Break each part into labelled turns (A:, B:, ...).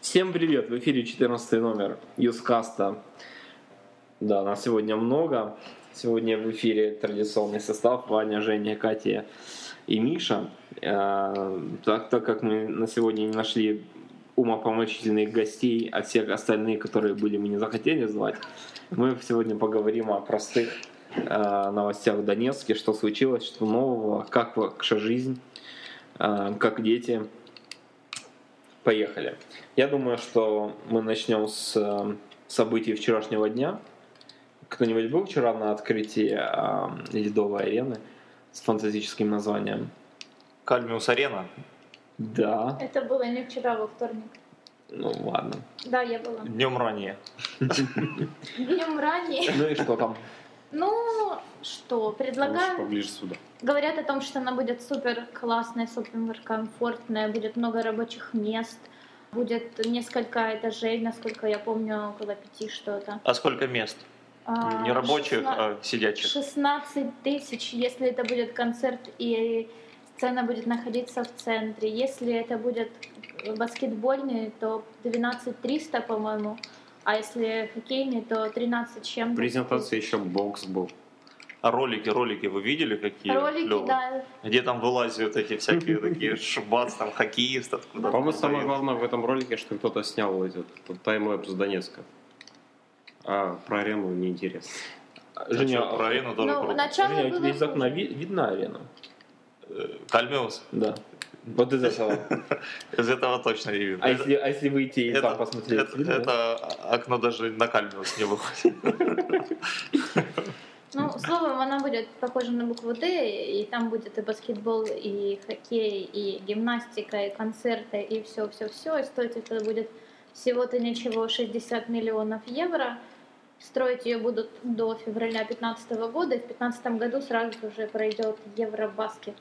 A: Всем привет! В эфире 14 номер Юскаста. Да, нас сегодня много. Сегодня в эфире традиционный состав Ваня, Женя, Катя и Миша. Э, Так, так как мы на сегодня не нашли умопомочительных гостей, а всех остальных, которые были, мы не захотели звать, мы сегодня поговорим о простых э, новостях в Донецке, что случилось, что нового, как ваша жизнь, э, как дети. Поехали. Я думаю, что мы начнем с э, событий вчерашнего дня. Кто-нибудь был вчера на открытии э, ледовой арены с фантастическим названием?
B: Кальмиус Арена.
A: Да.
C: Это было не вчера, а во вторник.
A: Ну ладно.
C: Да, я была.
B: Днем ранее.
C: Днем ранее.
A: Ну и что там?
C: Ну что,
D: Лучше
C: предлагаю.
D: поближе сюда.
C: Говорят о том, что она будет супер классная, супер комфортная, будет много рабочих мест, будет несколько этажей, насколько я помню, около пяти что-то.
B: А сколько мест?
C: А,
B: Не рабочих,
C: шестна-
B: а сидячих.
C: 16 тысяч, если это будет концерт и сцена будет находиться в центре. Если это будет баскетбольный, то 12 300, по-моему. А если хоккейный, то 13 чем-то.
D: В презентации еще бокс был.
B: А ролики, ролики вы видели какие?
C: Ролики,
B: клёвые?
C: да.
B: Где там вылазят эти всякие такие шбац, там хоккеист откуда
D: По-моему, самое главное в этом ролике, что кто-то снял этот таймлэпс Донецка. А про арену неинтересно.
A: Женя,
B: про арену тоже
C: Ну,
B: круто.
C: начало
A: Женя, у
C: было
A: тебя из окна
C: хуже.
A: ви- видна арена?
B: Э, Кальмиус?
A: Да. Вот из этого.
B: Из этого точно не видно.
A: А если, а если выйти и
B: Это-
A: там посмотреть?
B: это,
A: видно?
B: это окно даже на Кальмиус не выходит.
C: Ну, словом, она будет похожа на букву Д, и там будет и баскетбол, и хоккей, и гимнастика, и концерты, и все-все-все. И стоить это будет всего-то ничего 60 миллионов евро. Строить ее будут до февраля 2015 года, и в 2015 году сразу же уже пройдет Евробаскет.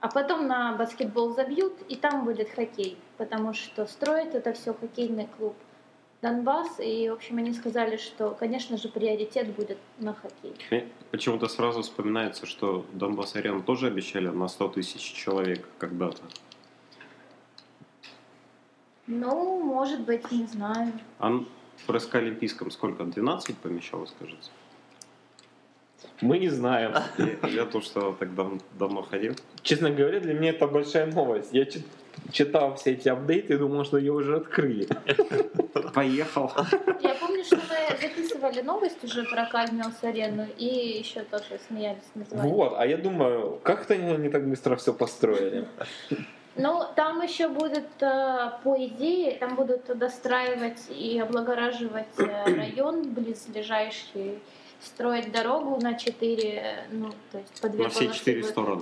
C: А потом на баскетбол забьют, и там будет хоккей, потому что строит это все хоккейный клуб. Донбасс, и, в общем, они сказали, что, конечно же, приоритет будет на хоккей.
D: Мне Почему-то сразу вспоминается, что Донбасс-арену тоже обещали на 100 тысяч человек когда-то.
C: Ну, может быть, не знаю.
D: А н- в СК Олимпийском сколько? 12 помещалось, кажется?
A: Мы не знаем.
D: Я, я то, что так дав- давно ходил.
A: Честно говоря, для меня это большая новость. Я чит- читал все эти апдейты и думал, что ее уже открыли.
D: Поехал.
C: Я помню, что мы записывали новость уже про Кальмиус арену и еще тоже смеялись называли.
A: Вот, а я думаю, как это они они так быстро все построили?
C: Ну, там еще будет, э, по идее, там будут достраивать и облагораживать э, район близлежащий, строить дорогу на четыре, э, ну, то есть по две
D: На все
C: полосы
D: четыре
C: будет.
D: стороны.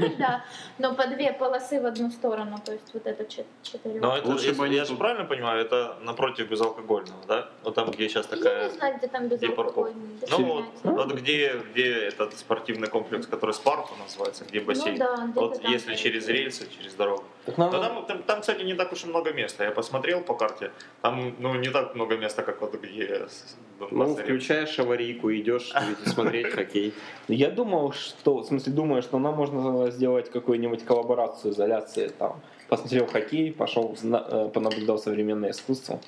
D: Ну,
C: Да, но по две полосы в одну сторону, то есть вот это чет- четыре.
B: Но это,
D: Лучше
B: если-
D: бы они
B: я же
D: тут-
B: правильно понимаю, это напротив безалкогольного, да? Вот там, где сейчас
C: Я
B: такая
C: не знаю, где там без
B: где
C: алкогольный, без
B: Ну,
C: понятия.
B: вот, вот где, где этот спортивный комплекс, который Спарта называется, где бассейн.
C: Ну да, где-то
B: вот
C: там. Ну.
B: если через рельсы, через дорогу.
A: Так
B: Но
A: надо-
B: там, там, там, кстати, не так уж и много места. Я посмотрел по карте. Там, ну, не так много места, как вот где... с-
D: Ну,
B: Донбасс Арена.
D: включаешь аварийку, идешь ведь смотреть хоккей.
A: Я думал, что, в смысле, думаю, что нам можно сделать какую-нибудь коллаборацию, изоляции там. Посмотрел хоккей, пошел, зна- э, понаблюдал современное искусство.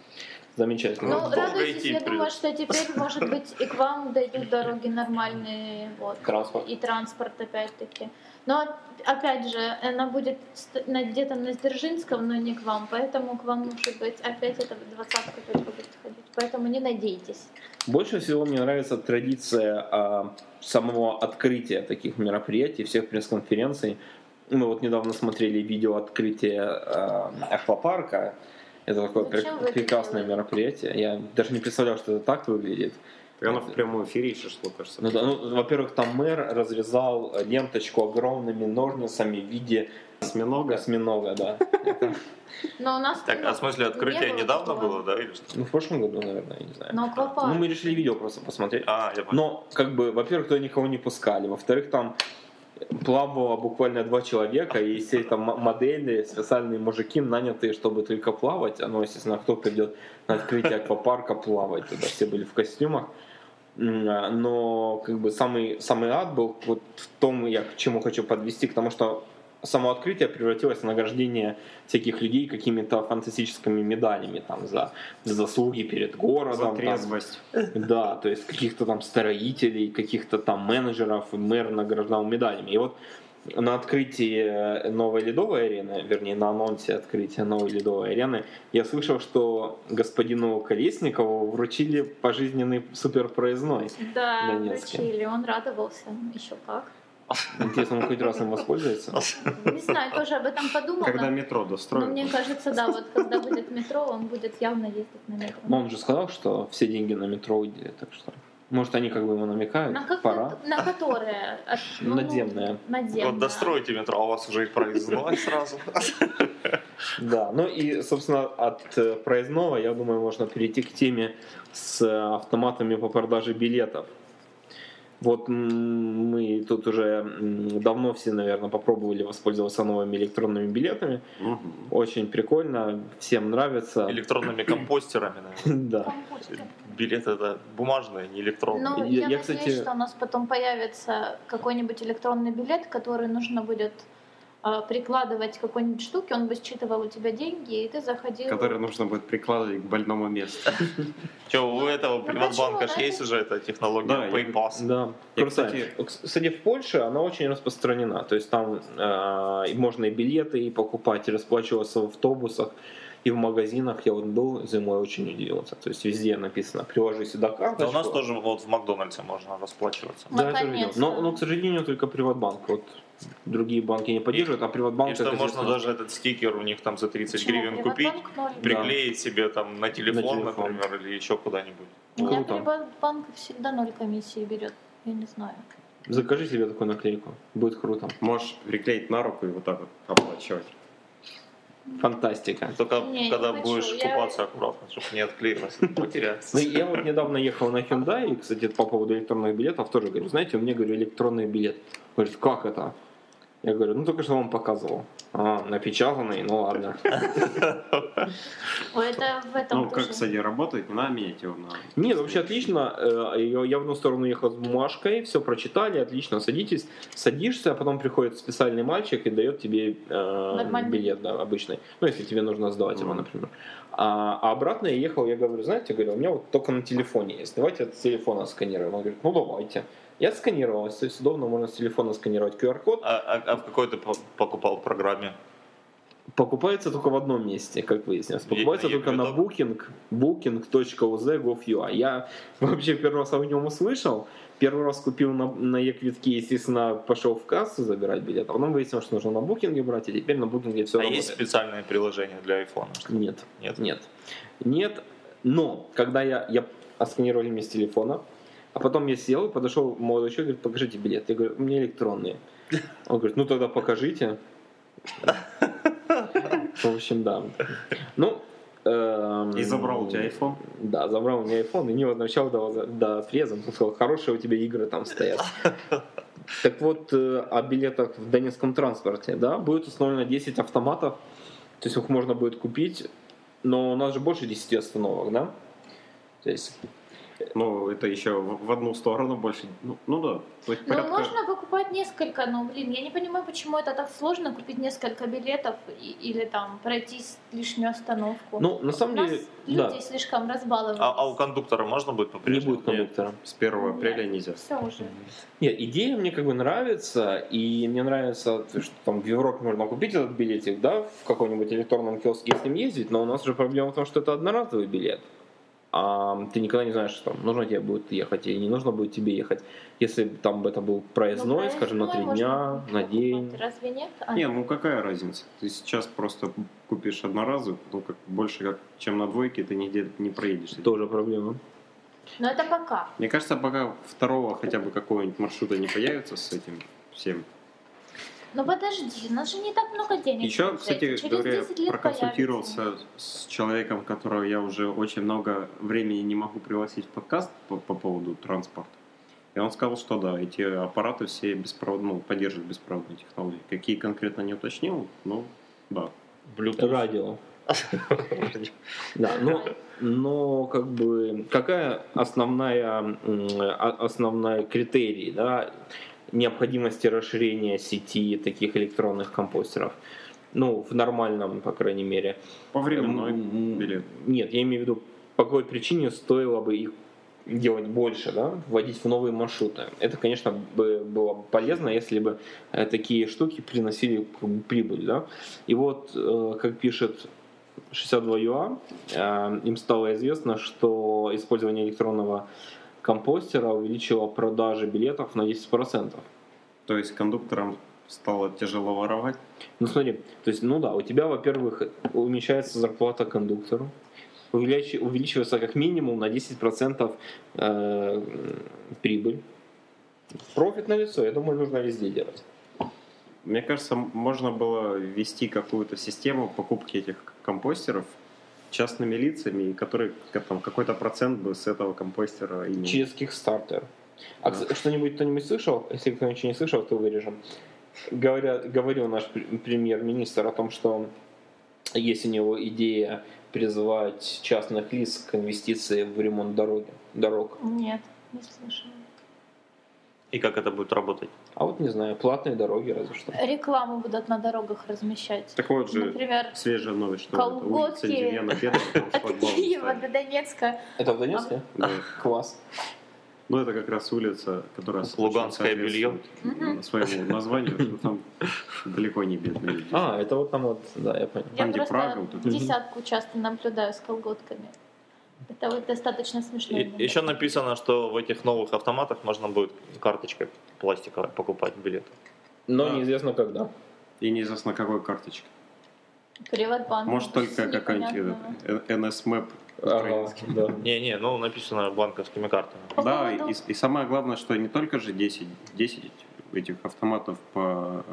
A: Замечательно.
C: Ну,
B: Долго
C: радуйтесь,
B: идти
C: я думаю,
B: придётся.
C: что теперь, может быть, и к вам дойдут дороги нормальные, вот.
A: Транспорт.
C: И транспорт, опять-таки. Но, опять же, она будет ст- на- где-то на Сдержинском, но не к вам, поэтому к вам, может быть, опять эта двадцатка только будет ходить. Поэтому не надейтесь.
A: Больше всего мне нравится традиция а, самого открытия таких мероприятий, всех пресс-конференций. Мы вот недавно смотрели видео открытия а, аквапарка. Это такое
C: Зачем
A: прек-
C: вы это
A: прекрасное
C: делаете?
A: мероприятие. Я даже не представлял, что это так выглядит.
D: Прямо в прямом эфире и шашлык, кажется.
A: Ну, да, ну, во-первых, там мэр разрезал ленточку огромными ножницами в виде
D: Осьминога.
A: осьминога, да.
C: Но у нас...
B: Так, а в смысле открытие
C: Не было
B: недавно
C: такого.
B: было, да, или что?
A: Ну, в прошлом году, наверное, я не знаю.
C: Но
A: Ну,
C: аквапарк.
A: мы решили видео просто посмотреть.
B: А,
D: Ну,
B: я понял.
A: Но, как бы, во-первых, туда никого не пускали. Во-вторых, там плавало буквально два человека, и все это м- модели, специальные мужики, нанятые, чтобы только плавать. А Ну, естественно, кто придет на открытие аквапарка плавать? Туда все были в костюмах. М, а, Но как бы самый, самый ад был вот в том, я к чему хочу подвести, к тому, что само открытие превратилось в награждение всяких людей какими-то фантастическими медалями там за, за заслуги перед городом.
D: За
A: там,
D: трезвость.
A: да, то есть каких-то там строителей, каких-то там менеджеров, мэр награждал медалями. И вот на открытии э, новой ледовой арены, вернее, на анонсе открытия новой ледовой арены, я слышал, что господину Колесникову вручили пожизненный суперпроездной.
C: Да,
A: Донецке.
C: вручили, он радовался, еще как.
A: Интересно, он хоть раз им воспользуется?
C: Не знаю, тоже об этом подумала.
D: Когда метро
C: Ну, Но
D: достроят.
C: мне кажется, да, вот когда будет метро, он будет явно ездить на метро.
A: Но он же сказал, что все деньги на метро уйдет, так что... Может, они как бы ему намекают?
C: на, как,
A: Пора.
C: на которое? Ну, От- ну,
A: Надземное.
C: надземное.
B: Вот достройте метро, а у вас уже и проездной сразу.
A: Да, ну и, собственно, от э, проездного, я думаю, можно перейти к теме с э, автоматами по продаже билетов. Вот м, мы тут уже м, давно все, наверное, попробовали воспользоваться новыми электронными билетами.
D: Мгм.
A: Очень прикольно, всем нравится.
B: Электронными компостерами, наверное.
A: Да.
C: Компостер.
B: Билеты это бумажные, не электронные.
C: Ну,
A: Я-
C: я,
A: я,
C: надеюсь,
A: кстати-
C: что у нас потом появится какой-нибудь электронный билет, который нужно будет а, прикладывать к какой-нибудь штуке, он бы считывал у тебя деньги, и ты заходил.
D: Который нужно будет прикладывать к больному месту.
B: Че, у этого
C: ну
B: Приватбанка
C: почему,
B: ж есть
C: да?
B: уже эта технология
D: Да, я-
B: PayPass?
A: Да.
D: Я,
A: Круто.
D: кстати-
A: Кс- Кстати, в Польше она очень распространена. То есть там э, и можно и билеты и покупать, и расплачиваться в автобусах, и в магазинах. Я вот был зимой, очень удивился. То есть везде написано, приложи сюда карточку.
B: Да у нас тоже вот в Макдональдсе можно расплачиваться.
A: Да, я тоже видел.
C: Наконец-то.
A: Но, но, к сожалению, только Приватбанк. Вот другие банки не поддерживают, а Приватбанк...
B: И что
A: это
B: можно
A: единственное.
B: даже этот стикер у них там за 30
C: Почему?
B: гривен купить,
C: Приватбанк ноль.
A: При-
B: приклеить себе там на телефон,
A: телефон.
B: например, или еще куда-нибудь.
C: У меня
A: круто.
C: Приватбанк всегда ноль комиссии берет. Я не знаю.
A: Закажи себе такую наклейку. Будет круто.
D: Можешь приклеить на руку и вот так вот оплачивать.
A: Фантастика.
B: Только
C: Не, не
B: когда
C: хочу,
B: будешь
C: я-
B: купаться аккуратно, чтобы не отклеилось, не потерялось.
A: Ну, я вот недавно ехал на Hyundai, и, кстати, по поводу электронных билетов тоже говорю, знаете, у меня, говорю, электронный билет. Говорит, как это? Я говорю, ну только что вам показывал. А, напечатанный, ну ладно.
C: Ой, это в этом
D: Ну, как,
C: тоже.
D: кстати, работает, не надо менять его на...
A: Нет,
D: ну,
A: вообще отлично. Э, Я я в одну сторону ехал с бумажкой, все прочитали, отлично, садитесь. Садишься, а потом приходит специальный мальчик и дает тебе э,
C: Нормальный.
A: билет да, обычный. Ну, если тебе нужно сдавать его,
D: Мгм.
A: например. А, а обратно я ехал, я говорю, знаете, говорю, у меня вот только на телефоне есть. Давайте с телефона сканируем. Он говорит, ну давайте. Я сканировал, то есть удобно можно с телефона сканировать QR-код.
B: А, а- а в какой ты по- покупал программе?
A: Покупается только в одном месте, как выяснилось.
B: Видно,
A: Покупается
B: я
A: только на
B: говорю,
A: booking, booking.uz.gov.ua. Я вообще первый раз о нем услышал. Первый раз купил на, на e-квитке, естественно, пошел в кассу забирать билет. А потом выяснилось, что нужно на букинге брать, и теперь на букинге все
B: а
A: работает.
B: есть специальные приложения для айфона?
A: Нет,
B: Нет.
A: нет. Нет, но когда я, я отсканировали мне с телефона, а потом я сел и подошел молодой человек, говорит, покажите билет. Я говорю, у меня электронные. Он говорит, ну тогда покажите. В общем, да. Ну, эм,
D: И забрал у тебя iPhone.
A: Да, забрал у меня iPhone и не возвращал до, до отреза. Он сказал, хорошие у тебя игры там стоят. Так вот, э, о билетах в донецком транспорте, да, будет установлено 10 автоматов, то есть их можно будет купить, но у нас же больше 10 остановок, да? То есть,
D: Ну, это еще в в одну сторону больше. Ну, ну да. То есть
C: Ну,
D: порядка-
C: можно покупать несколько, но, блин, я не понимаю, почему это так сложно купить несколько билетов и- или там пройтись лишнюю остановку.
A: ну, на
C: У
A: самом
C: нас
A: деле,
C: люди
A: да,
C: слишком разбаловались.
B: А, а у кондуктора можно будет
A: не
B: по-прежнему?
A: будет кондуктора.
D: С 1 апреля нельзя.
C: Все уже.
A: Нет, идея мне как бы нравится, и мне нравится, что там в Европе можно купить этот билетик, да, в каком-нибудь электронном киоске с ним ездить, но у нас же проблема в том, что это одноразовый билет. А ты никогда не знаешь, что там нужно тебе будет ехать или не нужно будет тебе ехать. Если бы там это был проездной,
C: Ну,
A: скажем, на три
C: проездной
A: дня,
C: можно
A: на день.
C: покупать. Разве нет? А,
D: Не, ну какая разница? Ты сейчас просто купишь одноразовый, потом как больше, как, чем на двойке, ты нигде не проедешь.
A: Тоже проблема.
C: Но ну, это пока.
D: Мне кажется, пока второго хотя бы какого-нибудь маршрута не появится с этим всем.
C: Ну подожди, у нас же не так много денег.
D: Еще,
C: в
D: кстати
C: бюджете. Через
D: говоря,
C: 10 лет появится.
D: проконсультировался с человеком, которого я уже очень много времени не могу пригласить в подкаст по, по поводу транспорта. И он сказал, что да, эти аппараты все беспроводные, ну, поддерживают беспроводные технологии. Какие конкретно не уточнил, но да.
B: Bluetooth.
A: Радио. Да, ну,
C: А
A: но,
D: Ну,
A: но как бы какая основная м, а- основная критерий, да? необходимости расширения сети таких электронных компостеров. Ну, в нормальном, по крайней мере.
D: По временной
A: М,
D: билет.
A: Нет, я имею в виду, по какой причине стоило бы их делать больше, да, вводить в новые маршруты. Это, конечно, бы было бы полезно, если бы э, такие штуки приносили как бы прибыль, да. И вот, э, как пишет 62 ЮА, э, им стало известно, что использование электронного компостера увеличило продажи билетов на 10%.
D: То есть кондукторам стало тяжело воровать.
A: Ну смотри, то есть, ну да, у тебя, во-первых, уменьшается зарплата кондуктору, увеличи- увеличивается как минимум на 10% э, прибыль. Профит на лицо, я думаю, нужно везде делать.
D: Мне кажется, м- можно было ввести какую-то систему покупки этих компостеров частными лицами, и которые к- там, какой-то процент бы с этого компостера имели.
A: Через Kickstarter. А
D: Да.
A: кс- что-нибудь кто-нибудь слышал? Если кто ничего не слышал, то вырежем. Говоря, говорил наш пр- премьер-министр о том, что есть у него идея призвать частных лиц к инвестиции в ремонт дороги, дорог.
C: Нет, не слышала.
E: И как это будет работать?
A: А вот не знаю, платные дороги разве что.
C: Рекламу будут на дорогах размещать.
D: Так вот же
C: Например,
D: свежая новость, что
C: Колготки.
D: это улица Демьяна Петрова, там
C: от
D: шлагбаум
C: Киева до
D: ставят.
C: Донецка.
A: Это в Донецке?
D: Да.
A: Класс.
D: Ну, это как раз улица, которая очень
E: Луганское белье.
D: соответствует э, своему названию, что там далеко не бедные люди.
A: А, это вот там вот, да, я понял.
C: Я
D: где
C: просто
D: Прага, вот это.
C: десятку часто наблюдаю с колготками. Это вот достаточно смешно.
E: И-
C: иногда.
E: еще написано, что в этих новых автоматах можно будет карточкой пластиковой покупать билеты.
A: Но
D: Да.
A: неизвестно когда.
D: И неизвестно какой карточке.
C: Приватбанк.
D: Может, только
C: А, ну,
D: э,
C: Непонятно.
D: какой-нибудь NSMAP
A: Ага,
D: украинский.
A: да.
E: Не-не, ну написано банковскими картами.
C: По
D: Да, и,
C: поводу-
D: и самое главное, что не только же 10, 10 этих автоматов по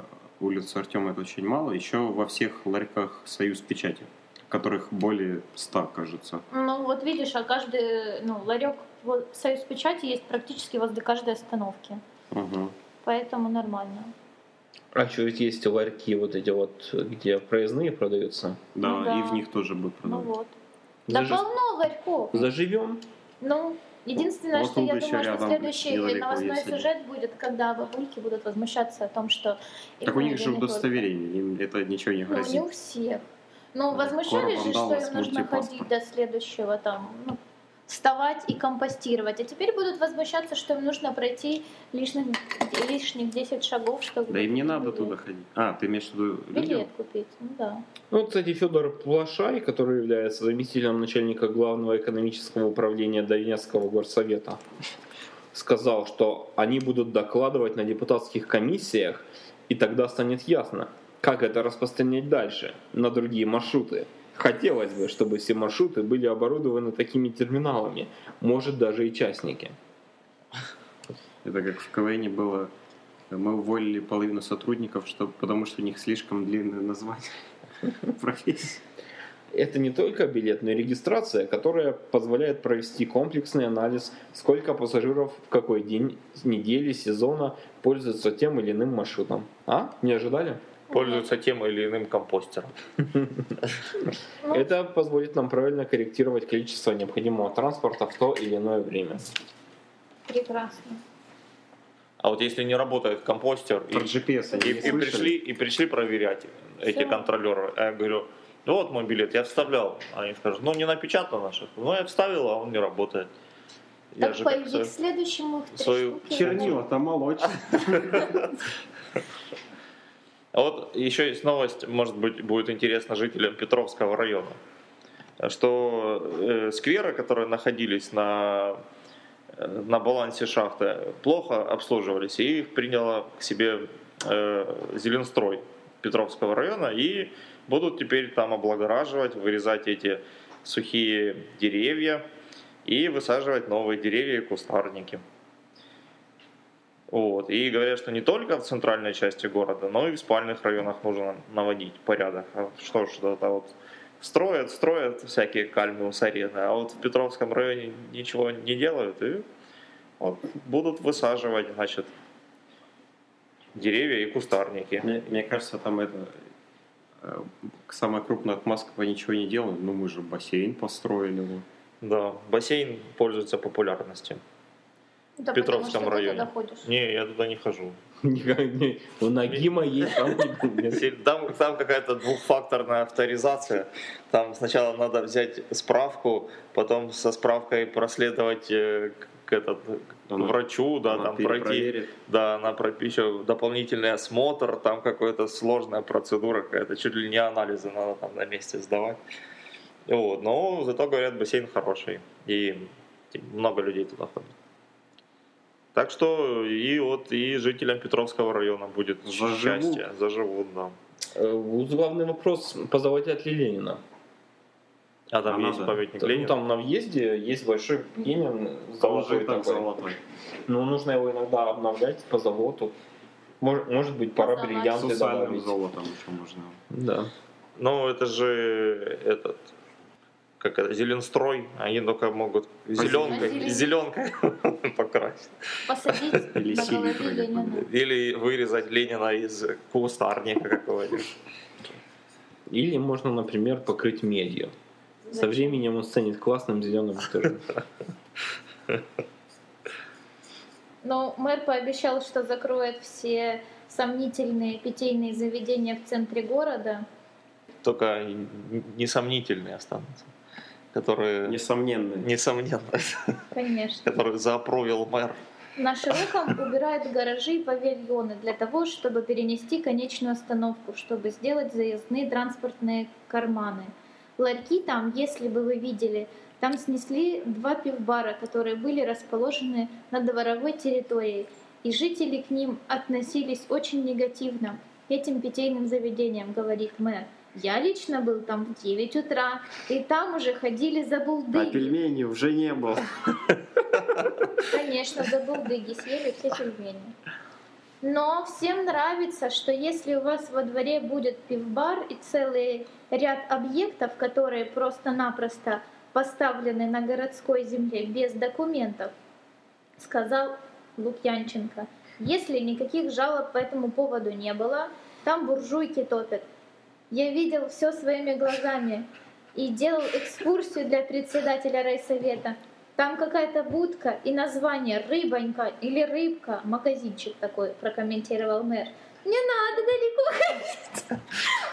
D: улице Артема, это очень мало, еще во всех ларьках «Союз Печати», которых более 100, кажется.
C: Ну, вот видишь, а каждый, ну, ларек вот, Союз Печати есть практически возле каждой остановки.
D: Мгм.
C: Поэтому нормально.
A: А что, ведь есть ларьки вот эти вот, где проездные продаются.
D: Да,
C: Ну да.
D: и в них тоже бы
C: Ну
D: продавали.
C: вот. Да
A: Зажи-
C: полно ларьков.
A: Заживем.
C: Ну, единственное,
D: Вот
C: что я
D: тут еще
C: думаю, что
D: рядом
C: следующий
D: недалеко
C: новостной
D: есть один.
C: сюжет будет, когда бабульки будут возмущаться о том, что...
D: Так у них же
C: инвалидный корпус.
D: удостоверение, им это ничего не
C: Ну, не
D: грозит.
C: у всех. Ну,
D: Ну,
C: возмущались же, что
D: Корвандалас,
C: им нужно
D: мультипаспорт.
C: ходить до следующего, там, ну, вставать и компостировать. А теперь будут возмущаться, что им нужно пройти лишних, лишних 10 шагов, чтобы...
D: Да им не
C: купить
D: надо
C: билет.
D: туда ходить. А, ты имеешь в виду людям?
C: Билет купить, ну да.
A: Ну, кстати, Федор Плашай, который является заместителем начальника главного экономического управления Донецкого горсовета, сказал, что они будут докладывать на депутатских комиссиях, и тогда станет ясно, как это распространять дальше на другие маршруты. Хотелось бы, чтобы все маршруты были оборудованы такими терминалами, может даже и частники.
D: Это как в КВН было. Мы уволили половину сотрудников, что, потому что у них слишком длинное название профессии.
A: Это не только билет, но и регистрация, которая позволяет провести комплексный анализ, сколько пассажиров в какой день, с недели, сезона пользуются тем или иным маршрутом. А? Не ожидали?
E: Пользуются тем или иным компостером.
C: Ну,
A: Это позволит нам правильно корректировать количество необходимого транспорта в то или иное время.
C: Прекрасно.
E: А вот если не работает компостер, и,
D: Про GPS
E: и-
D: они не
E: и
D: слышали?
E: пришли, и пришли проверять эти
C: Всё.
E: контролеры, а я говорю, ну вот мой билет, я вставлял. Они скажут, ну не напечатано наше. Ну я вставил, а он не работает. Я
C: так
E: же как
C: пойди к
E: со-
C: следующему. их три
E: свою
C: штуки. Ну,
D: Чернила там молочь.
E: А вот еще есть новость, может быть, будет интересна жителям Петровского района, что э, скверы, которые находились на, э, на балансе шахты, плохо обслуживались, и их приняла к себе э, Зеленстрой Петровского района, и будут теперь там облагораживать, вырезать эти сухие деревья и высаживать новые деревья и кустарники. Вот. И говорят, что не только в центральной части города, но и в спальных районах нужно наводить порядок. А Что ж, это вот строят, строят всякие кальмиус арены, а вот в Петровском районе ничего не делают и вот будут высаживать, значит, деревья и кустарники.
D: Мне, мне кажется, там это э, самая крупная от Москвы ничего не делают. Ну мы же бассейн построили. ну.
E: Да, бассейн пользуется популярностью.
C: Да,
E: Петровском
C: потому что ты
E: районе.
C: туда ходишь.
E: Не, я туда не хожу.
A: Никак не- У Нагима есть, там не будет.
E: Там, там какая-то двухфакторная авторизация. Там сначала надо взять справку, потом со справкой проследовать э, к, к этот, к
D: Она-
E: врачу, да,
D: Она
E: там пройти.
D: перепроверит.
E: Да, она пропи- еще дополнительный осмотр, там какая-то сложная процедура, какая-то чуть ли не анализы надо там на месте сдавать. Вот, но зато говорят, бассейн хороший, и много людей туда ходит. Так что и вот и жителям Петровского района будет
D: Заживут.
E: счастье, заживут, да.
A: Э, вот Главный вопрос, позолотят ли Ленина?
E: А там
D: А
E: есть
D: надо?
E: памятник
A: Ну,
E: Ленину?
A: там на въезде есть большой Ленин
D: Там уже
A: золотой
D: и так
A: такой.
D: золотой.
A: Ну, нужно его иногда обновлять по золоту. Может, может быть, пора
C: Позолотить.
D: С
A: бриллианты
D: усальным
A: добавить.
D: золотом еще можно.
A: Да.
E: Ну, это же этот, как это, зеленстрой, они только могут зеленкой,
C: Позеленить.
E: зеленкой покрасить.
C: Посадить
D: Или
C: на
D: синий
C: голове
D: прыгать
C: Ленина.
E: Или вырезать Ленина из кустарника какого-нибудь.
A: Или можно, например, покрыть медью. Со
C: Зачем?
A: временем он станет классным зеленым этажем.
C: Но мэр пообещал, что закроет все сомнительные питейные заведения в центре города.
E: Только несомнительные останутся. Которые,
D: Несомненно.
E: несомненно,
C: Конечно.
E: которые заопровил мэр.
C: На широком убирают гаражи и павильоны для того, чтобы перенести конечную остановку, чтобы сделать заездные транспортные карманы. Ларьки там, если бы вы видели, там снесли два пивбара, которые были расположены на дворовой территории, и жители к ним относились очень негативно. к Этим питейным заведениям, говорит мэр. Я лично был там в 9 утра, и там уже ходили за
D: А
C: булдыги.
D: пельменей уже не было.
C: Конечно, за булдыги съели все пельмени. Но всем нравится, что если у вас во дворе будет пивбар и целый ряд объектов, которые просто-напросто поставлены на городской земле без документов, сказал Лукьянченко. Если никаких жалоб по этому поводу не было, там буржуйки топят. Я видел все своими глазами и делал экскурсию для председателя райсовета. Там какая-то будка и название «Рыбонька» или «Рыбка», магазинчик такой, прокомментировал мэр. Не надо далеко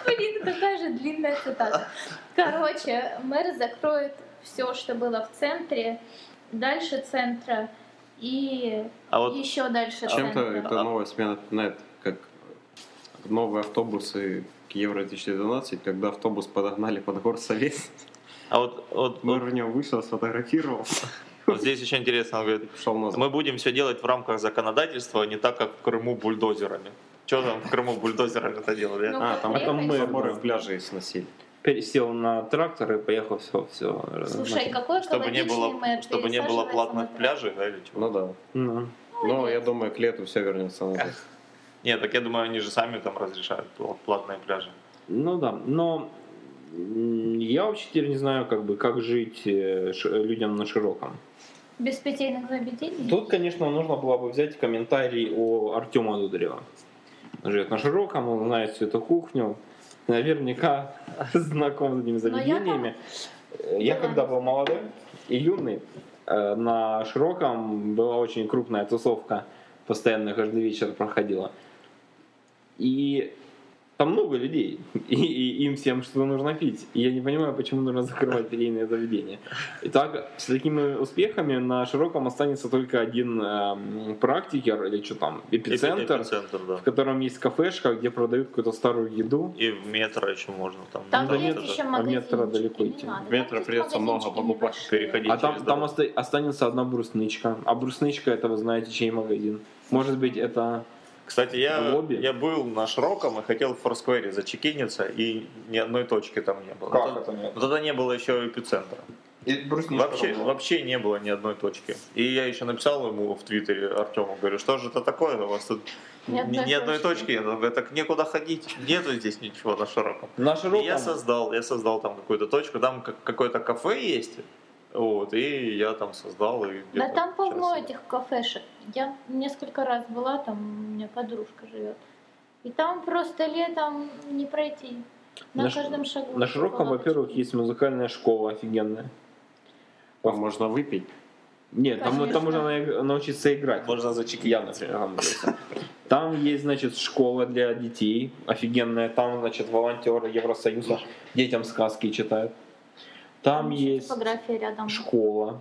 C: ходить. Блин, такая же длинная цитата. Короче, мэр закроет все, что было в центре, дальше центра и
E: А вот
C: еще дальше
D: Чем-то
C: центра.
D: эта новая смена напоминает, как новые автобусы к Евро-2012, когда автобус подогнали под горсовет.
E: А вот, вот,
D: Мэр в него вышел, сфотографировал,
A: Ну,
E: вот здесь еще интересно, он говорит,
D: пошел назад.
E: мы будем все делать в рамках законодательства, а не так, как в Крыму бульдозерами. Что там в Крыму бульдозерами-то делали?
C: Ну,
E: а?
D: А, там
C: как
A: это
C: приехать?
A: мэр.
D: Заборы в пляже сносили.
A: Пересел на трактор и поехал все, все.
C: Слушай, а какой
E: э, Чтобы не
C: экологичный
E: было,
C: мэр,
E: чтобы не было
C: пересаживается
E: платных
C: на
E: пляжей, да, или чего?
D: Ну да. Но я думаю, к лету все вернется назад.
E: Нет, так я думаю, они же сами там разрешают пла- платные пляжи.
A: Ну да, но м, я вообще теперь не знаю, как бы, как жить э, ш- людям на широком.
C: Без питейных заведений?
A: Тут, конечно, нужно было бы взять комментарий у Артема Дударева. Он живет на широком, он знает всю эту кухню, наверняка знаком с этими заведениями. Э, Я
C: Да.
A: когда был молодым и юный, э, на широком была очень крупная тусовка, постоянно каждый вечер проходила. И там много людей, и, и им всем что нужно пить. И я не понимаю, почему нужно закрывать питейные заведения. И так, с такими успехами на широком останется только один эм, практикер, или что там, эпицентр,
E: Эпицентр, да.
A: в котором есть кафешка, где продают какую-то старую еду.
E: И в метро еще можно там.
C: Там
A: Да
C: нет
A: метро-
C: еще
A: а
C: магазинчики,
A: метро далеко
C: не
A: идти.
C: надо, там
D: Метро
C: есть
D: придется много
C: магазинчики
D: покупать,
C: небольшие.
E: переходить.
A: А там,
E: через
A: там
E: дорогу.
A: оста- останется одна брусничка. А брусничка это вы знаете, чей магазин. Может быть, это
E: Кстати,
A: В
E: я,
A: лобби.
E: я был на Широком и хотел в Форсквере зачекиниться, и ни одной точки там не было. Но
A: это нет?
E: тогда- но тогда не было еще эпицентра. Вообще, вообще не было ни одной точки. И я еще написал ему в Твиттере Артему, говорю, что же это такое? У вас тут
C: Ни
E: ни,
C: одной
E: ни одной
C: точки.
E: точки. нет». Он говорит, так некуда ходить. Нету здесь ничего на широком.
A: На
E: И
A: широком.
E: я создал, я создал там какую-то точку, там как- какое-то кафе есть. Вот, и я там создал. И
C: Да
E: где-то
C: там полно
E: сейчас-
C: этих кафешек. Я несколько раз была, там у меня подружка живет. И там просто летом не пройти. На,
A: На ш-
C: каждом шагу.
A: На широком,
C: лавочки.
A: во-первых, есть музыкальная школа офигенная.
D: Там а можно выпить.
A: Нет, там,
C: Конечно.
A: там можно на- научиться играть.
E: Можно зачекиниться.
A: Я, например, там, Там есть, значит, школа для детей, офигенная. Там, значит, волонтеры Евросоюза детям сказки читают. Там есть
C: Фотография рядом.
A: школа,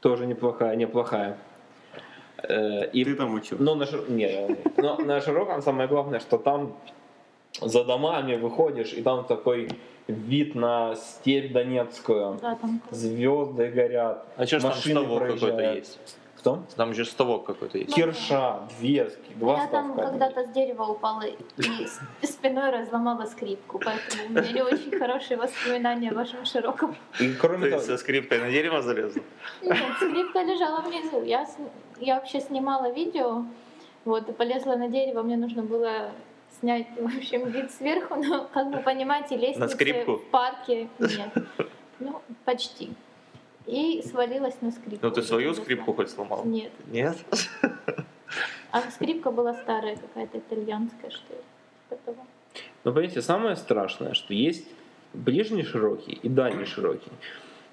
A: тоже неплохая, неплохая. Э,
D: И
A: И
D: ты там учил.
A: но на, шир- не, но на широком самое главное, что там за домами выходишь, и там такой вид на степь Донецкую.
C: Да, там
A: Звезды горят.
E: А что ж там
A: машины
E: стовок какой-то
A: проезжают.
E: есть?
A: Кто?
E: Там же стовок какой-то есть.
A: Кирша, Вески, два
C: Я там
A: ставка.
C: когда-то с дерева упала и с- спиной разломала скрипку, поэтому у меня не очень хорошие воспоминания о вашем широком.
A: И кроме
E: Ну, Ты
A: того,
E: со скрипкой на дерево залезла?
C: Нет, скрипка лежала внизу. Я, с- я вообще снимала видео, вот, и полезла на дерево, мне нужно было снять, в общем, вид сверху, но, как вы понимаете, лестницы
E: скрипку?
C: в парке нет. Ну, почти. И свалилась на скрипку.
E: Ну ты свою скрипку хоть сломал?
C: Нет.
E: Нет.
C: А скрипка была старая какая-то, итальянская, что ли. типа того.
A: Но понимаете, самое страшное, что есть ближний широкий и дальний широкий.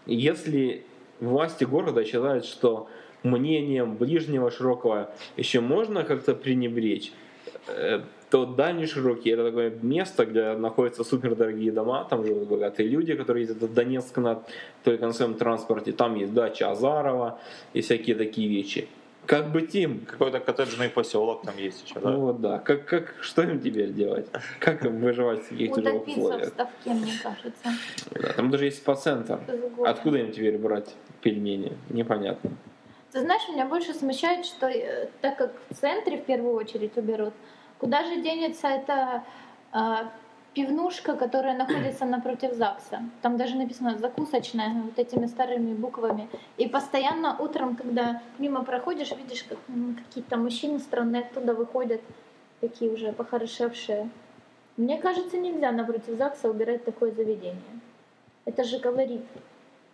A: И Если власти города считают, что мнением ближнего широкого еще можно как-то пренебречь, э, то дальний широкий это такое место, где находятся супердорогие дома, там живут богатые люди, которые ездят в Донецк на только на своем транспорте, там есть дача Азарова и всякие такие вещи. Как бы им,
E: Какой-то коттеджный поселок там есть еще,
A: ну
E: да?
A: вот да. Как, как, что им теперь делать? Как им выживать в таких тяжелых
C: Утопиться в
A: условиях?
C: ставке, мне кажется.
A: Да, там даже есть спа-центр.
C: с горя.
A: Откуда им теперь брать пельмени? Непонятно.
C: Ты знаешь, меня больше смущает, что э, так как в центре в первую очередь уберут, куда же денется эта э, пивнушка, которая находится напротив ЗАГСа? Там даже написано «закусочная» вот этими старыми буквами. И постоянно утром, когда мимо проходишь, видишь, как м, какие-то мужчины странные оттуда выходят, такие уже похорошевшие. Мне кажется, нельзя напротив ЗАГСа убирать такое заведение. Это же колорит.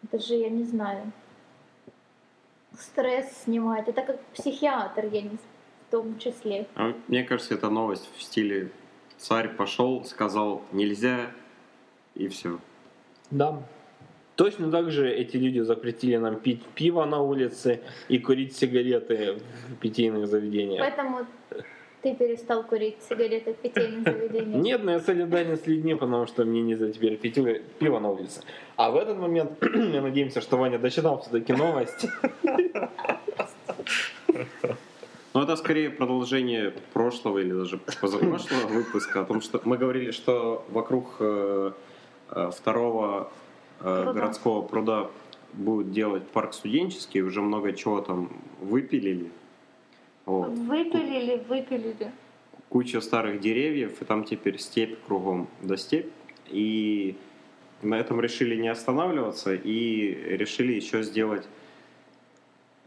C: Это же, я не знаю, стресс снимает. Это как психиатр, я не с- в том числе.
D: А Мне кажется, это новость в стиле царь пошел, сказал нельзя, и все.
A: Да. Точно так же эти люди запретили нам пить пиво на улице и курить сигареты в питейных заведениях.
C: Поэтому ты перестал курить сигареты в питейном заведении.
A: Нет, но я солидарен с людьми, потому что мне нельзя теперь пить ули- пиво на улице. А в этот момент мы надеемся, что Ваня дочитал все-таки новость.
D: Но Ну, это скорее продолжение прошлого или даже позапрошлого выпуска, о том, что мы говорили, что вокруг э, э, второго э,
C: Пруда.
D: городского пруда будут делать парк студенческий, уже много чего там выпилили. Вот.
C: Выпилили, выпилили.
D: куча старых деревьев, и там теперь степь кругом, да степь. И на этом решили не останавливаться, и решили еще сделать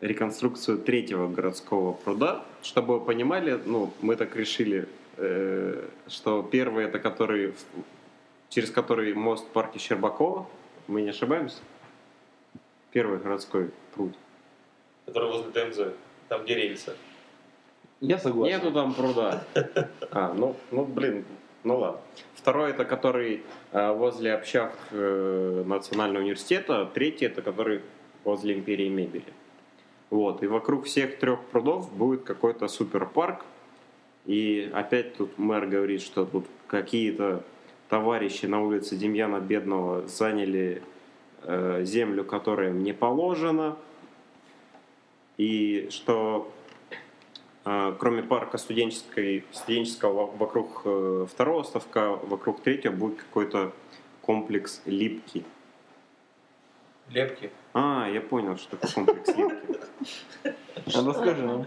D: реконструкцию третьего городского пруда, чтобы вы понимали, ну, мы так решили, э, что первый это который, в- через который мост в парке Щербакова, мы не ошибаемся, первый городской пруд.
E: Который возле ДМЗ. Там где рельсы.
A: Я согласен.
D: Нету там пруда. А, ну, ну блин, ну ладно. Второй это который э, возле общак э, Национального университета, третий это который возле Империи мебели. Вот, и вокруг всех трех прудов будет какой-то суперпарк. И опять тут мэр говорит, что тут какие-то товарищи на улице Демьяна Бедного заняли э, землю, которая им не положена. И что а, кроме парка студенческой, студенческого во- вокруг э, второго ставка, вокруг третьего будет какой-то комплекс липки.
E: Лепки.
D: А, я понял, что это комплекс липки.
A: А расскажи нам.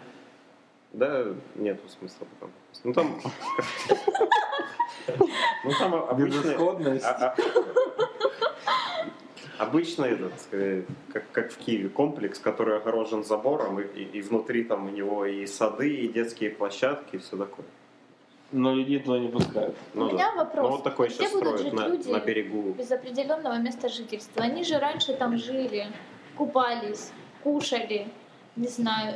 D: Да, нету смысла потом. Ну там... Ну там обычный...
A: Безысходность.
D: а- а- Обычно это, так сказать, как, как в Киеве, комплекс, который огорожен забором, и, и- и внутри там у него и сады, и детские площадки, и все такое.
A: Но людей туда не пускают.
D: Ну
C: У
D: да.
C: меня
D: Ну
C: вопрос.
D: вот такое
C: Где
D: сейчас
C: будут
D: строят
C: жить
D: на,
C: люди?
D: на берегу.
C: Без определенного места жительства. Они же раньше там жили, купались, кушали, не знаю,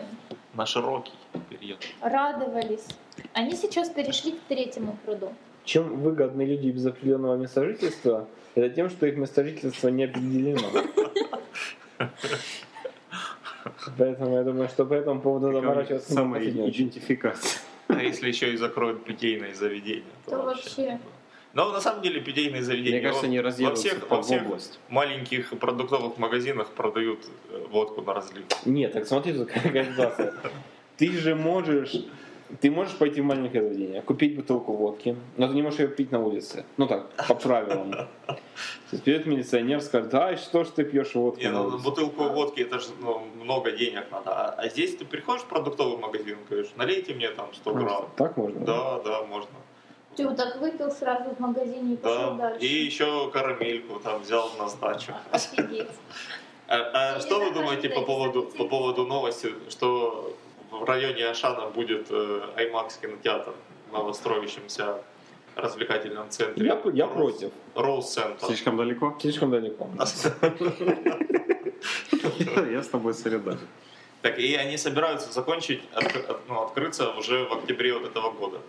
E: На широкий период.
C: радовались. Они сейчас перешли к третьему пруду.
A: Чем выгодны люди без определенного места жительства? Это тем, что их место жительства не определено. Поэтому я думаю, что по этому поводу заморачиваться не
D: Самая
A: последний.
D: идентификация.
E: А если еще и закроют питейные заведения, то,
C: То
E: вообще.
C: вообще.
E: Но на самом деле питейные заведения
D: Мне кажется,
E: во-
D: они
E: во
D: разъедутся
E: всех,
D: по
E: во всех
D: область.
E: маленьких продуктовых магазинах продают э, водку на разлив.
A: Нет, так смотри, тут какая организация. Ты же можешь... Ты можешь пойти в маленькое заведение, купить бутылку водки, но ты не можешь ее пить на улице. Ну так, по правилам. То есть Придет милиционер, скажет, ай, что ж ты пьешь водку
E: Не,
A: на
E: ну,
A: улице?
E: бутылку водки это же ну, много денег надо. А, а здесь ты приходишь в продуктовый магазин, говоришь, налейте мне там 100
A: Просто
E: грамм.
A: Так можно?
E: ну, Да, да, можно.
C: Ты вот так выпил сразу в магазине и
E: Да.
C: пошел дальше.
E: И еще карамельку там взял на сдачу.
C: Офигеть.
E: А, а
C: Или
E: что вы
C: закажи
E: думаете по
C: на
E: поводу, по
C: Екатеринбург.
E: поводу новости, что в районе Ашана будет э, IMAX кинотеатр в новостроящемся развлекательном центре?
A: Я, я
E: Роуз-
A: против.
E: Роуз Центр.
D: Слишком далеко?
A: Слишком далеко.
D: Я с тобой солидарен.
E: Так, и они собираются закончить, отк- от- ну, открыться уже в октябре вот этого года.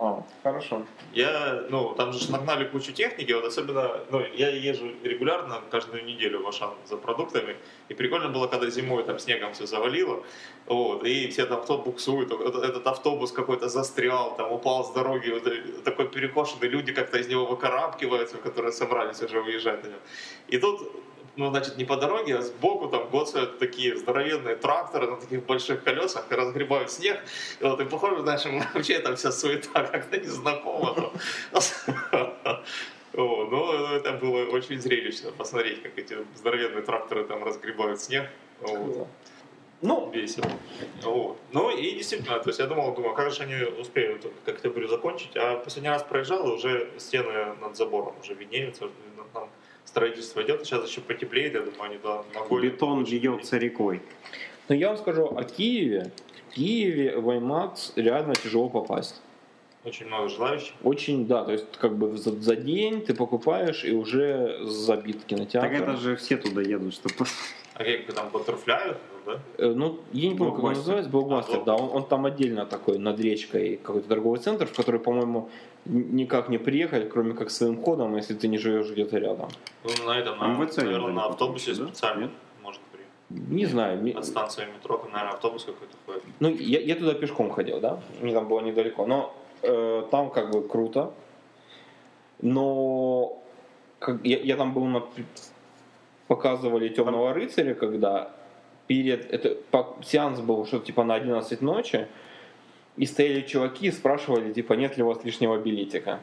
A: А, хорошо.
E: Я, ну, там же ж нагнали кучу техники, вот особенно, ну, я езжу регулярно, каждую неделю в Ашан за продуктами, и прикольно было, когда зимой там снегом все завалило, вот, и все там кто буксует, вот этот, этот автобус какой-то застрял, там упал с дороги, вот, э, такой перекошенный, люди как-то из него выкарабкиваются, которые собрались уже уезжать на нем. И тут ну, значит, не по дороге, а сбоку там гоцают такие здоровенные тракторы на таких больших колесах и разгребают снег. И вот, и похоже, знаешь, им вообще эта вся суета как-то незнакома. там. О, ну, это было очень зрелищно посмотреть, как эти здоровенные тракторы там разгребают снег. Вот.
A: Ну,
E: Весело. Вот. Ну и действительно, то есть я думал, думаю, а как же они успеют, как ты говорю, закончить. А последний раз проезжал, и уже стены над забором уже виднеются, уже видно, там строительство идет, сейчас еще потеплеет, я думаю, они туда ногой.
D: Бетон льется рекой.
A: но Ну, я вам скажу о Киеве. В Киеве в IMAX реально тяжело попасть.
E: Очень много желающих.
A: Очень, да, то есть как бы за, за день ты покупаешь и уже забит кинотеатр.
D: Так это же все туда едут, чтобы...
E: А как бы там баттерфляют, ну, да?
A: Э, Ну, я не помню, как он
D: Блокбастер.
A: называется, блокбастер,
E: А,
A: да, он, он там отдельно такой, над речкой, какой-то торговый центр, в который, по-моему, н- никак не приехать, кроме как своим ходом, если ты не живешь где-то рядом.
E: Ну, на этом, на,
D: МВЦ,
E: наверное, на
D: наверное,
E: автобусе
D: да?
E: специально
D: Нет?
E: может приехать.
A: Не знаю, ми-
E: От станции метро, там, наверное, автобус какой-то ходит.
A: ну, я, я туда пешком ходил, да, мне там было недалеко, но э, там как бы круто, но как- я, я там был, на... п- показывали «Темного рыцаря», когда перед, это, по- сеанс был что-то типа на 11 ночи, и стояли чуваки и спрашивали, типа, нет ли у вас лишнего билетика.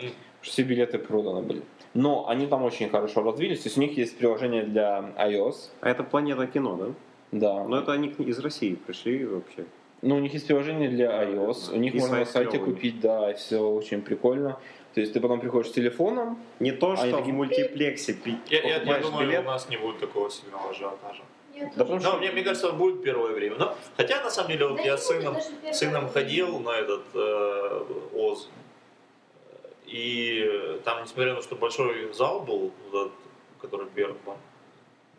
E: Мгм.
A: Что все билеты проданы были. Но они там очень хорошо развились, то есть у них есть приложение для iOS,
D: А это планета кино, да?
A: да.
D: Но это они к- из России пришли вообще.
A: Ну, у них есть приложение для iOS, у них
D: И
A: можно на
D: сайт
A: сайте
D: клёвый.
A: купить, да, все очень прикольно. То есть ты потом приходишь с телефоном,
D: Не то, что в
A: А такие-
D: мультиплексе пи-
E: Я, я- я
D: покупаешь
E: думаю,
D: билет.
E: у нас не будет такого сильного ажиотажа.
C: Я
A: Да
C: тоже-
A: потому
E: Ну, мне, мне кажется, будет первое время. Но, хотя, на самом деле, вот
C: Да
E: я
C: не
E: с
C: будет
E: сыном,
C: даже первое
E: с сыном
C: время.
E: ходил на этот э, ОЗ. И там, несмотря на то, что большой зал был, вот этот, который Бергман,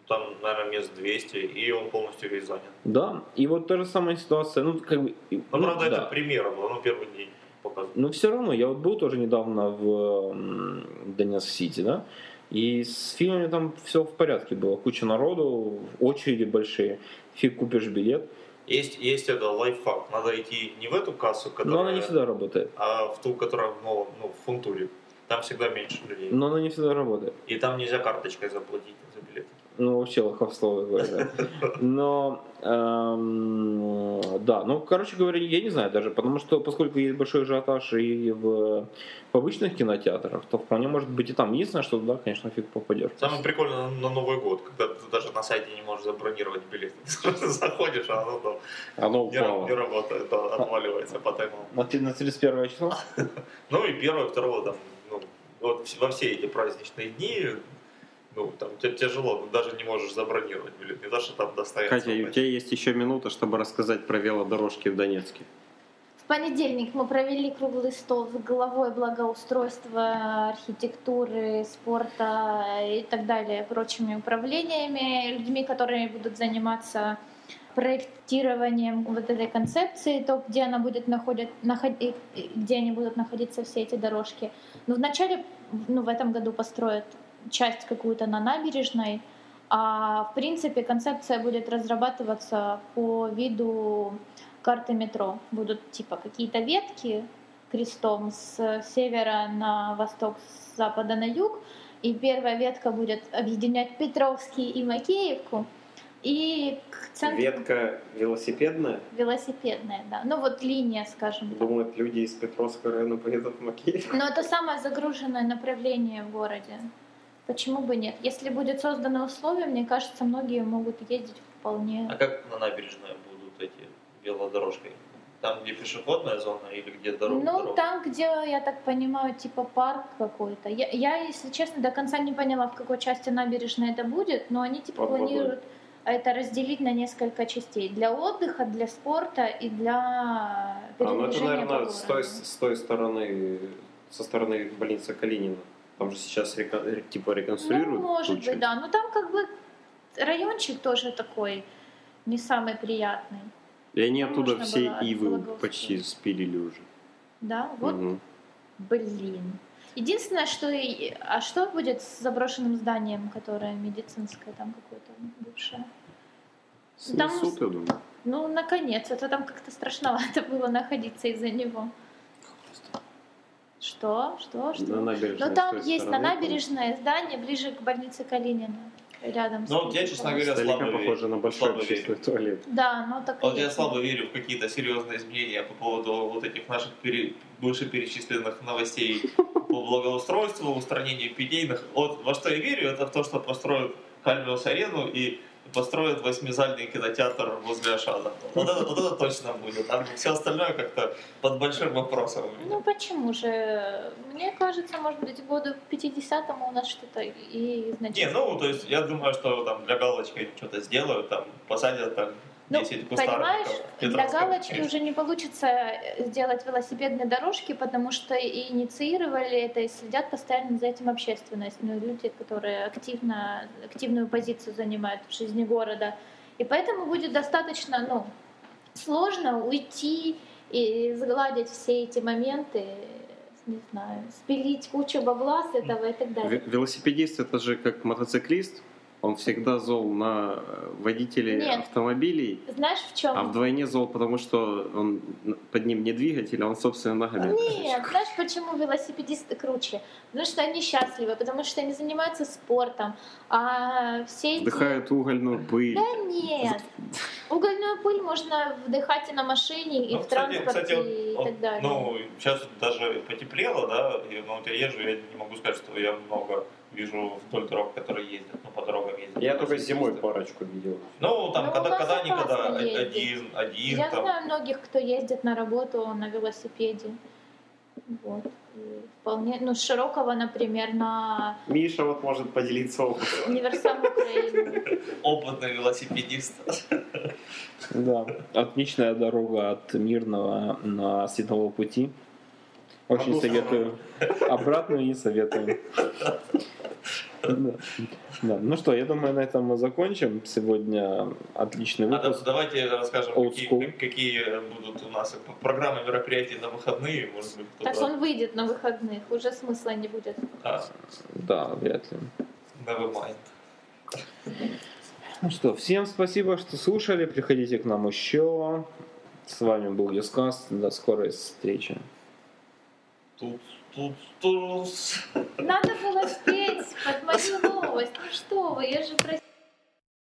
E: там, наверное, мест 200, и он полностью весь занят.
A: да, и вот та же самая ситуация, ну, как бы... и-
E: Но,
A: ну,
E: правда,
A: да.
E: это пример был, ну, первый день показывал.
A: Но все равно, я вот был тоже недавно в м, Донецк-Сити, да, и с фильмами там все в порядке было. Куча народу, очереди большие, фиг купишь билет,
E: Есть, есть это лайфхак. Надо идти не в эту кассу,
A: но она не
E: которая,
A: всегда работает.
E: а в ту, которая в новом, ну, в фунтуре. Там всегда меньше людей.
A: Но она не всегда работает.
E: И там нельзя карточкой заплатить за билет.
A: Ну, вообще лоховство какое-то. Но, эм, да, ну, короче говоря, я не знаю даже, потому что, поскольку есть большой ажиотаж и в, в обычных кинотеатрах, то вполне может быть и там. Единственное, что туда, конечно, фиг попадешь.
E: Самое прикольное на, на Новый год, когда ты даже на сайте не можешь забронировать билет. Ты Заходишь, а оно там
A: Оно
E: не, ра- не работает, да, отваливается по тайму.
A: На, три- на 31 число?
E: Ну и первое, второго там, ну, вот вс- во все эти праздничные дни, ну, там тебе тяжело, ты даже не можешь забронировать билет, не то, что там достояться.
D: Катя, у тебя есть еще минута, чтобы рассказать про велодорожки в Донецке.
C: В понедельник мы провели круглый стол с главой благоустройства, архитектуры, спорта и так далее, прочими управлениями, людьми, которые будут заниматься проектированием вот этой концепции, то, где она будет находит, наход- и- и где они будут находиться все эти дорожки. Ну, вначале, ну, в этом году построят часть какую-то на набережной, а в принципе концепция будет разрабатываться по виду карты метро. Будут типа какие-то ветки крестом с севера на восток, с запада на юг. И первая ветка будет объединять Петровский и Макеевку. И к центру
F: Ветка велосипедная.
C: велосипедная, да. Ну вот линия, скажем так.
F: Думают, люди из Петровского района поедут в Макеев.
C: Но это самое загруженное направление в городе. Почему бы нет? Если будет созданы условия, мне кажется, многие могут ездить
E: А
C: вполне.
E: как на набережной будут эти велодорожкой? Там, где пешеходная зона или где дорога?
C: Ну,
E: дорога?
C: там, где, я так понимаю, типа парк какой-то. Я, я, если честно, до конца не поняла, в какой части набережной это будет, но они типа
F: Под водой.
C: планируют это разделить на несколько частей. Для отдыха, для спорта и для
F: А, ну это,
C: передвижения
F: наверное,
C: по
F: с той,
C: городу.
F: с той стороны, со стороны больницы Калинина. Там же сейчас река- э, типа
C: Ну,
F: реконструируют.
C: может
F: ту
C: быть,
F: часть.
C: да. Ну, там как бы райончик тоже такой не самый приятный.
D: И они
C: Ну,
D: оттуда
C: можно
D: все
C: было от
D: ивы
C: Вологодского.
D: почти спилили уже.
C: Да, вот,
D: Мгм.
C: блин. Единственное, что... и- А что будет с заброшенным зданием, которое медицинское там какое-то бывшее? Там-
D: Снесут, я думаю.
C: Ну, наконец, это там как-то страшновато было находиться из-за него. Что? Что?
D: На
C: Что?
D: набережной
C: Ну,
D: с
C: там
D: той
C: есть на
D: стороны, там
C: набережное здание ближе к больнице Калинина. Рядом с
E: Ну, я, честно говоря,
D: Издалека
E: слабо верю.
D: похоже на большой
E: Слабо верю.
D: общественный туалет.
C: Да, ну так и
E: А Вот я
C: есть.
E: слабо верю в какие-то серьезные изменения по поводу вот этих наших пере... перечисленных новостей по благоустройству, устранению эпидемий. Вот во что я верю, это в то, что построят Хальвелс арену и построят восьмизальный кинотеатр возле Ашада. Вот это, вот это точно будет. А все остальное как-то под большим вопросом. у меня.
C: Ну почему же? Мне кажется, может быть, году к 50-му у нас что-то и
E: Не,
C: значит.
E: ну, то есть я думаю, что там для галочки они что-то сделают, там посадят там
C: Ну,
E: 10
C: понимаешь,
E: кустарников. Ну,
C: для
E: Петровского
C: галочки
E: креста.
C: уже не получится э, сделать велосипедные дорожки, потому что и инициировали это и следят постоянно за этим общественность, ну, люди, которые активно, активную позицию занимают в жизни города. И поэтому будет достаточно ну, сложно уйти и сгладить все эти моменты, не знаю, спилить кучу бабла с этого и так далее.
D: Ве- Велосипедист это же как мотоциклист, он всегда зол на э, водителей
C: Нет.
D: автомобилей,
C: Знаешь, в чем?
D: а вдвойне зол, потому что он под ним не двигатель, а он собственными ногами.
C: Нет, знаешь, почему велосипедисты круче? Потому что они счастливы, потому что они занимаются спортом, а все эти...
D: Вдыхает угольную пыль.
C: Да нет, угольную пыль можно вдыхать и на машине, и
E: Ну,
C: в
E: кстати,
C: транспорте,
E: кстати, вот,
C: и
E: вот,
C: так далее.
E: Ну, сейчас даже потеплело, да, и, ну, вот я езжу, я не могу сказать, что я много вижу вдоль дорог, которые ездят, ну, по дорогам ездят.
F: Я только
E: Просто
F: зимой
E: ездят.
F: парочку видел.
E: Ну, там,
C: Ну, у
E: когда,
C: нас
E: когда, никогда,
C: опасно ездить.
E: один, один,
C: Я
E: там.
C: знаю многих, кто ездит на работу на велосипеде. Вот. И Вполне, ну, с Широкого, например, на
F: Миша вот может поделиться опытом.
C: универсам Украины.
E: Опытный велосипедист.
F: Ну,
A: Да, отличная дорога от Мирного на Светового пути. Очень
F: Одну
A: советую. Обратную не советую. Да. Да. Ну что, я думаю, на этом мы закончим. Сегодня отличный
E: А, да,
A: выпуск.
E: давайте расскажем,
A: Old
E: какие,
A: school.
E: какие будут у нас программы мероприятий на выходные, может быть,
C: Так
E: кто-то
C: он выйдет на выходных, уже смысла не будет.
E: а,
A: Да, вряд ли.
E: nevermind.
A: Ну что, всем спасибо, что слушали. Приходите к нам еще. С вами был Юскаст. До скорой встречи.
E: Тут, тут, тут.
C: Надо было спеть под мою новость. Ну что вы, я же просила.